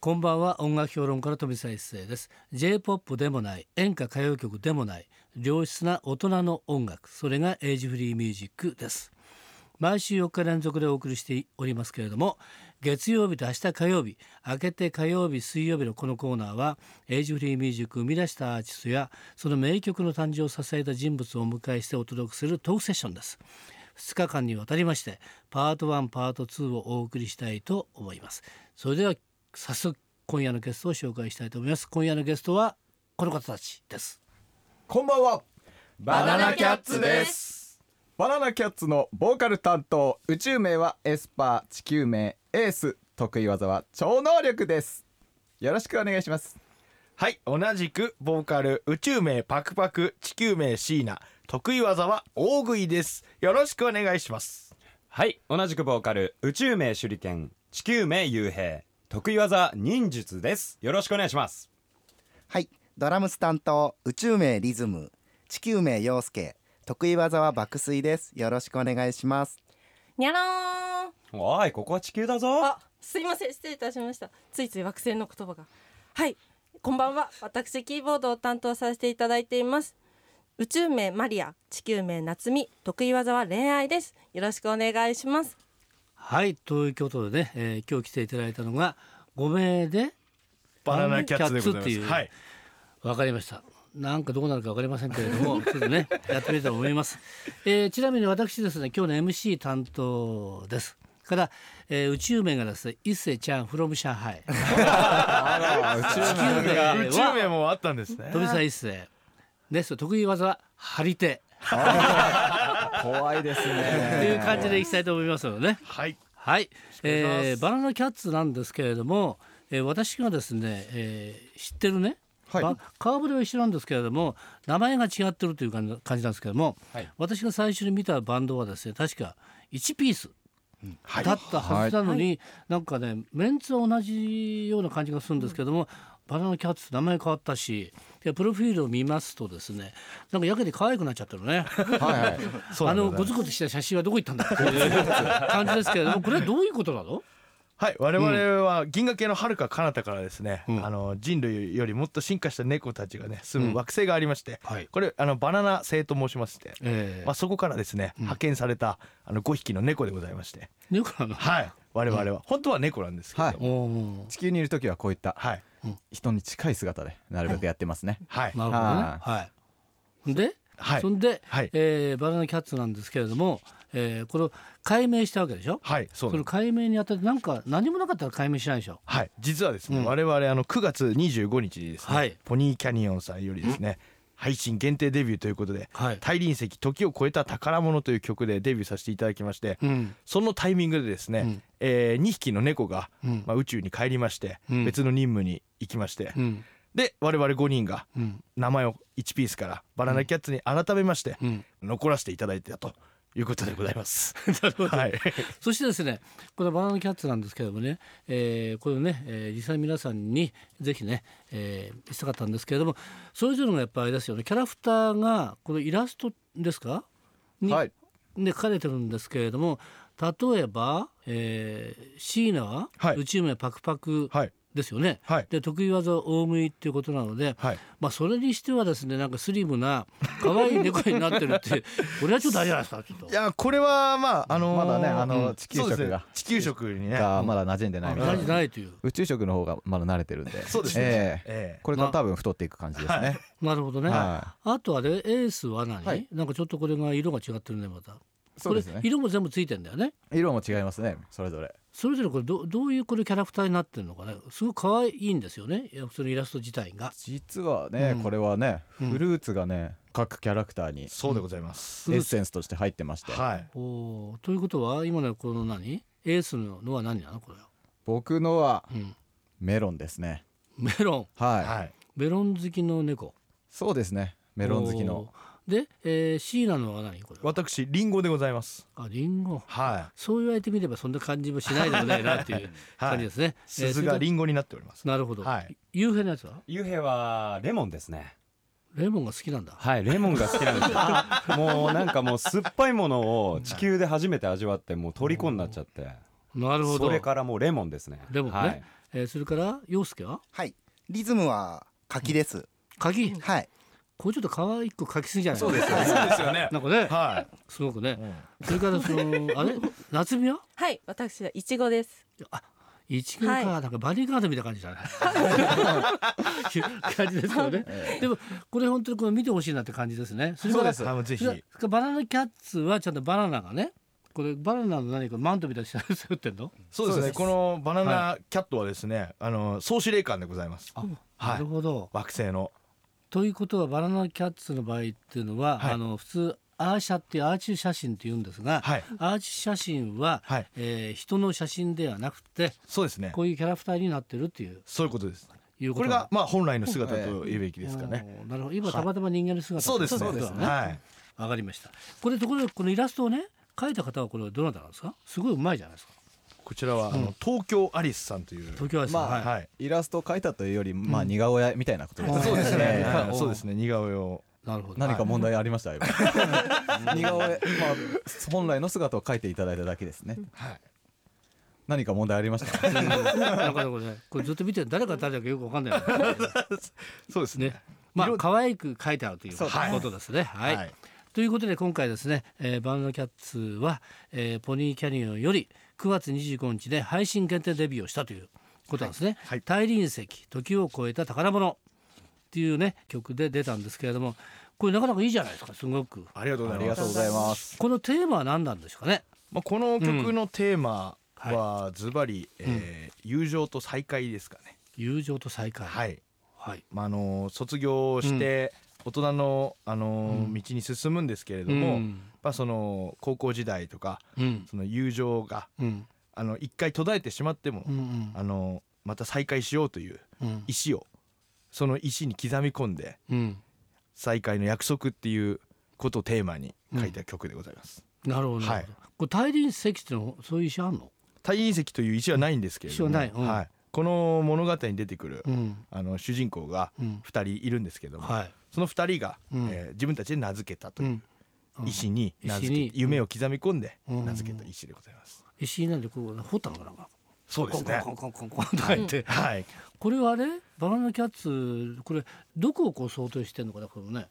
こんばんは音楽評論家の富澤一世です J-POP でもない演歌歌謡曲でもない良質な大人の音楽それがエイジフリーミュージックです毎週4日連続でお送りしておりますけれども月曜日と明日火曜日明けて火曜日水曜日のこのコーナーはエイジフリーミュージックを生み出したアーティストやその名曲の誕生を支えた人物をお迎えしてお届けするトークセッションです2日間にわたりましてパート1パート2をお送りしたいと思いますそれでは早速今夜のゲストを紹介したいと思います今夜のゲストはこの方たちですこんばんは。。バナナキャッツですバナナキャッツのボーカル担当、宇宙名はエスパー、地球名エース、得意技は超能力です。よろしくお願いします。はい同じくボーカル宇宙名パクパク地球名シーナ得意技は大食いですよろしくお願いしますはい同じくボーカル宇宙名手裏剣地球名幽閉得意技忍術ですよろしくお願いしますはいドラムス担当宇宙名リズム地球名陽介得意技は爆睡ですよろしくお願いしますにゃらーんおいここは地球だぞあすいません失礼いたしましたついつい惑星の言葉がはいこんばんは私キーボードを担当させていただいています宇宙名マリア地球名夏美得意技は恋愛ですよろしくお願いしますはいということでね、えー今日来ていただいたのが5名でバナナキャッツでございますキャッツっていうはいわかりました。なんかどうなるかわかりませんけれども、ちょっとね、やってみたいと思います。えーちなみに私ですね、今日の MC 担当です。から、えー宇宙名がですね、一世ちゃん from 上海。宇宙地球名宇宙は名もあったんですね飛び一世。で、そう得意技は張り手。怖 いですとね。いう感じでいきたいと思いますのでね。はいはい、願いしますえーバナナキャッツなんですけれども、えー私がですね、えー知ってるね、はいまあ顔ぶれは一緒なんですけれども名前が違ってるという感じ感じなんですけれども、はい私が最初に見たバンドはですね確か1ピースだったはずなのに、なんかねメンツは同じような感じがするんですけども、バナナキャッツ名前変わったしでプロフィールを見ますとですねなんかやけに可愛くなっちゃってるね。はいはい。あのゴツゴツした写真はどこ行ったん だっていう感じですけれどもこれはどういうことなのはい我々は銀河系の遥か彼方からですね、あの人類よりもっと進化した猫たちがね住む惑星がありまして、はいこれあのバナナ星と申しまして、ええまあ、そこからですね、派遣されたあの5匹の猫でございまして猫なの。はい我々は、本当は猫なんですけれどもおお。地球にいるときはこういったはい人に近い姿でなるべくやってますね。はい、なるほどね。はい。で、はいそんで、はいえーバナナキャッツなんですけれども、えー、これを解明したわけでしょ。はいそうそなのんです解明にあたってなんか何もなかったら解明しないでしょ。はい実はですね、我々あの9月25日にですね、はいポニーキャニオンさんよりですね配信限定デビューということで「はい大輪石時を超えた宝物」という曲でデビューさせていただきまして、うん。そのタイミングでですね、え2匹の猫が、まあ、宇宙に帰りまして、ん別の任務に行きまして、うん。で我々5人がうん。名前を1ピースからバナナキャッツに改めまして、うん。残らせていただいてたということでございます。なるほど。はい、そしてですねこのバナナキャッツなんですけどもね、えーこれをね、えー実際皆さんにぜひね、えー見せたかったんですけれどもそれぞれのやっぱりあれですよねキャラクターがこのイラストですかに、はいで書かれてるんですけれども例えば、えーシーナは、はい宇宙名パクパクはいですよね。はいで得意技は大食いっていうことなので、はいまあ、それにしてはですねなんかスリムな可愛い猫になってるってこれはちょっとあれじゃないですかちょっとい。やこれはまああのーまだねあのうん地球食がそうですね地球食にねがまだ馴染んでないみた同いじな。ないという。宇宙食の方がまだ慣れてるんで。そうですねええええこれから多分太っていく感じですね。なるほどね。はあとあれエースは何、はいなんかちょっとこれが色が違ってるねまた。そうですこねれ。色も全部ついてんだよね。色も違いますね。それぞれ。それぞれこれどどういうこれキャラクターになってるのかね。すごく可愛いんですよね。いやそのイラスト自体が。実はね、うんこれはねんフルーツがね各キャラクターにエそうでございます。フルッーツセンスとして入ってまして、はいおーということは今のこの何エースののは何なのこれは。僕のはうん。メロンですねメロンはい、はいメロン好きの猫。そうですねメロン好きのおー。で、えー、シーナのは何これは。私リンゴでございます。あリンゴ。はいそう言われてみればそんな感じもしないでもないなっていう感じですね。鈴がリンンゴになっております。なるほど。はい幽閉のやつは幽閉はレモンですねレモンが好きなんだ。はいレモンが好きなん ですよもうなんかもう酸っぱいものを地球で初めて味わってもう虜になっちゃってなるほど。それからもうレモンですねレモンね、はいえーそれから陽介ははいリズムは柿です、鍵はいこれちょっと可愛く書きすぎじゃないそうですよね。そうですよね。なんかねはすごくい。うねんそれからそのあれ夏美ははい私はいちごです一軍か、はいなんかバディーガードみたいな感じじゃ ないいう感じですけどねでもこれ本当にこれ見てほしいなって感じですね それそかうでらす。あのぜひ。それからバナナキャッツはちゃんとバナナがねこれバナナの何かマントみたいな下に背負ってんのそうですね。このバナナキャットはですね、あの総司令官でございます。あ、はいなるほど惑星の。ということはバナナキャッツの場合っていうのは、はいあの普通アーシャってアーチ写真って言うんですが、はい。アーチ写真は、はいえー人の写真ではなくてそうですね。こういうキャラクターになってるっていうそういうことです。いうここれとががまあ本来の姿と言うべきですかね。なるほど今たまたま人間の姿そうですといね。ことだねはい。わかりましたこれところでこのイラストをね描いた方はこれはどなたなんですかすごいうまいじゃないですかこちらはあの東京アリスさんという。東京アイスまあはいはい。イラストを描いたというより、まあ似顔絵みたいなことですね。そうですね。はいはいそうですね。似顔絵を。なるほど何か問題ありました今 似顔絵、まあ、本来の姿を描いていただいただけですね、はい何か問題ありましたかなんかねこれねこれずっと見てる誰が誰だかよくわかんないそうですね ね。まあ可愛く描いてあるというそうですねことですねはい、はいということで今回ですね、えーバナナキャッツは、えーポニーキャニオンより9月25日で配信限定デビューをしたということなんですね。はい大輪石時を超えた宝物っていうね曲で出たんですけれどもこれなかなかいいじゃないですかすごく。ありがとうござあいりまがすとう。ございますこのテーマは何なんですかね。まあ、この曲のテーマうんはズバリえー友情と再会ですかね。友情と再会。。はいい。まあ、あの卒業して大人のあのうん道に進むんですけれどうも、やっん。ぱその高校時代とかうん。その友情がうん。あの一回途絶えてしまっても、うん。あのまた再会しようといううん。石をその石に刻み込んでうん。再会の約束っていうことをテーマに書いた曲でございます。なるほど。なるほどはいこれ大輪石っていうのはそういう石あんの？大隕石という石はないんですけれども、石はないうんはい、この物語に出てくる、うん。あの主人公がうん。 2人いるんですけども、はい。その2人が、うんえー自分たちで名付けたとう。いうんうん石に名付け石に夢を刻み込んでうん名付けた石でございます。石なんでこう掘ったのかな。そコンコンコンコンコンとか言って、はい、これはあれバナナキャッツこれどこをこう想定してんのかなこれもね。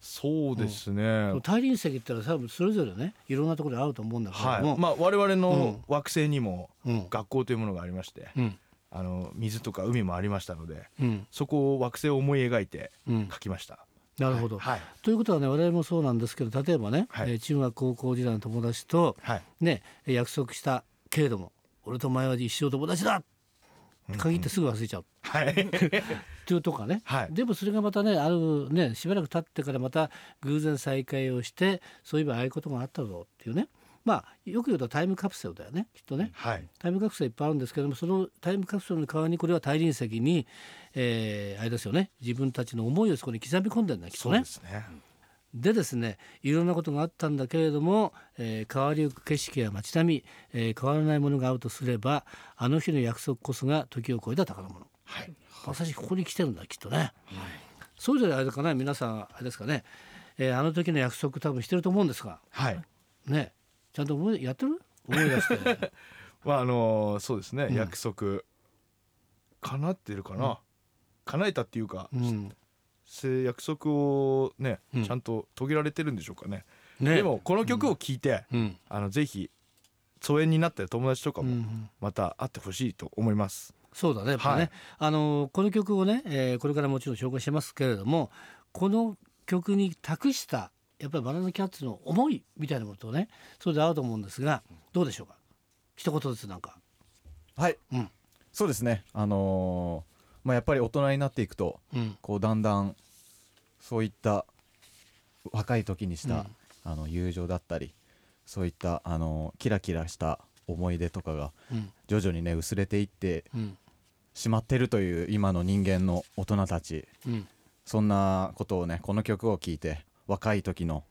そうですね。大輪石って言ったら多分それぞれねいろんなところであると思うんだけはども、い、まあ我々の惑星にもうん学校というものがありまして、うんあの水とか海もありましたので、うんそこを惑星を思い描いてうん書きました。なるほど。はい、ということはね我々もそうなんですけど例えばね、はいえー中学高校時代の友達とはい、ね約束したけれども俺とお前は一生友達だ限ってすぐ忘れちゃう。は っい、ていうとかね、はいでもそれがまたねあるねしばらく経ってからまた偶然再会をしてそういえばああいうことがあったぞっていうねまあよく言うとタイムカプセルだよねきっとねはい、タイムカプセルいっぱいあるんですけどもそのタイムカプセルの代わりにこれは大輪石に、えーあれですよね自分たちの思いをそこに刻み込んでるんだよきっとそうねで。すね。でですねいろんなことがあったんだけれども、えー変わりゆく景色や街並み、えー変わらないものがあるとすればあの日の約束こそが時を超えた宝物、はい、私ここに来てるんだきっとね、それぞれあれかな皆さんあれですかね、えーあの時の約束多分してると思うんですがはい、ねちゃんと思いやってる思い出して まああのーそうですね、ん約束叶ってるかな、叶えたっていうか、うんせ約束をね、うんちゃんと遂げられてるんでしょうかね。ねでもこの曲を聴いて、うんあのぜひ疎遠になってる友達とかうんうもんまた会ってほしいと思います。そうだねやっぱね、はいあのーこの曲をね、えーこれからもちろん紹介しますけれどもこの曲に託したやっぱりバナナキャッツの思いみたいなことをねそれで合うと思うんですがどうでしょうか一言ずつなんかはい、うんそうですねあのーまあやっぱり大人になっていくとうんこうだんだんそういった若い時にした、うんあの友情だったりそういったあのキラキラした思い出とかがうん徐々にね薄れていってうんしまってるという今の人間の大人たちうんそんなことをねこの曲を聴いて若い時の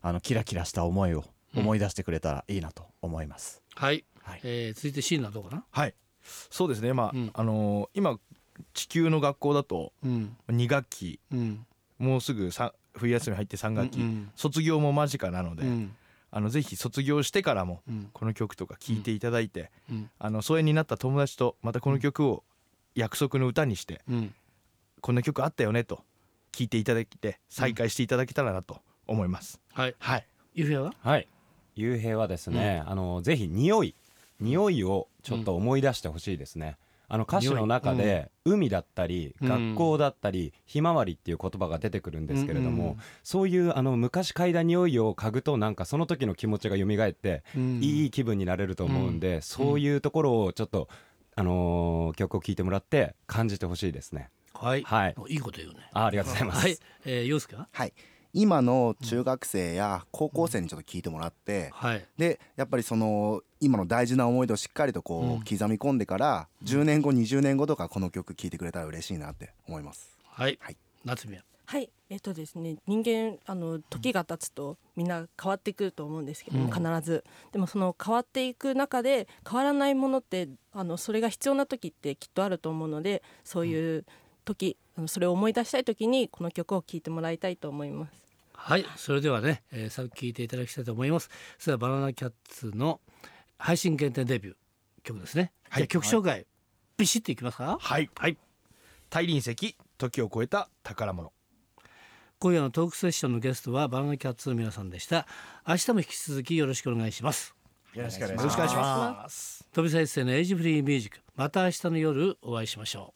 あのキラキラした思いを思い出してくれたらいいなと思います。はい、はいえー続いてシーンはどうかなはい、そうですね。まあ、うんあのー今地球の学校だとうん2学期、うんもうすぐさ冬休み入って3学う期、んうん卒業も間近なので、うんああのぜひ卒業してからもうんこの曲とか聴いていただいて、うんあの疎遠になった友達とまたこの曲を約束の歌にして、うんこんな曲あったよねと聴いていただいて再開していただけたらなと思います、はいはいゆうやは はい幽閉はですね、あのぜひ匂い匂いをちょっと思い出してほしいですね、あの歌詞の中で海だったりうん学校だったりひまわりっていう言葉が出てくるんですけれども、うんうんそういうあの昔嗅いだ匂いを嗅ぐとなんかその時の気持ちが蘇っていいい気分になれると思うんで、そういうところをちょっと、あのー曲を聴いてもらって感じてほしいですね。はいはいおいいこと言うねあありがとうございます。はいえー、陽介ははい今の中学生や高校生にちょっと聞いてもらって、はいでやっぱりその今の大事な思い出をしっかりとこうんう刻み込んでから、10年後20年後とかこの曲聴いてくれたら嬉しいなって思います。はいはい夏美ははい、えっとですね、人間あの時が経つとみんな変わってくると思うんですけど、うん必ずでもその変わっていく中で変わらないものってあのそれが必要な時ってきっとあると思うのでそういう時、あのそれを思い出したい時にこの曲を聴いてもらいたいと思います。はいそれではね、えー、さっき聞いていただきたいと思いますそれではバナナキャッツの配信限定デビュー曲ですね、はじいゃあ曲紹介、ビシッといきますかはいはい大輪石時を超えた宝物今夜のトークセッションのゲストはバナナキャッツの皆さんでした明日も引き続きよろしくお願いしますよろしくお願いしよろしくお願いします飛び再生のエイジフリーミュージックまた明日の夜お会いしましょう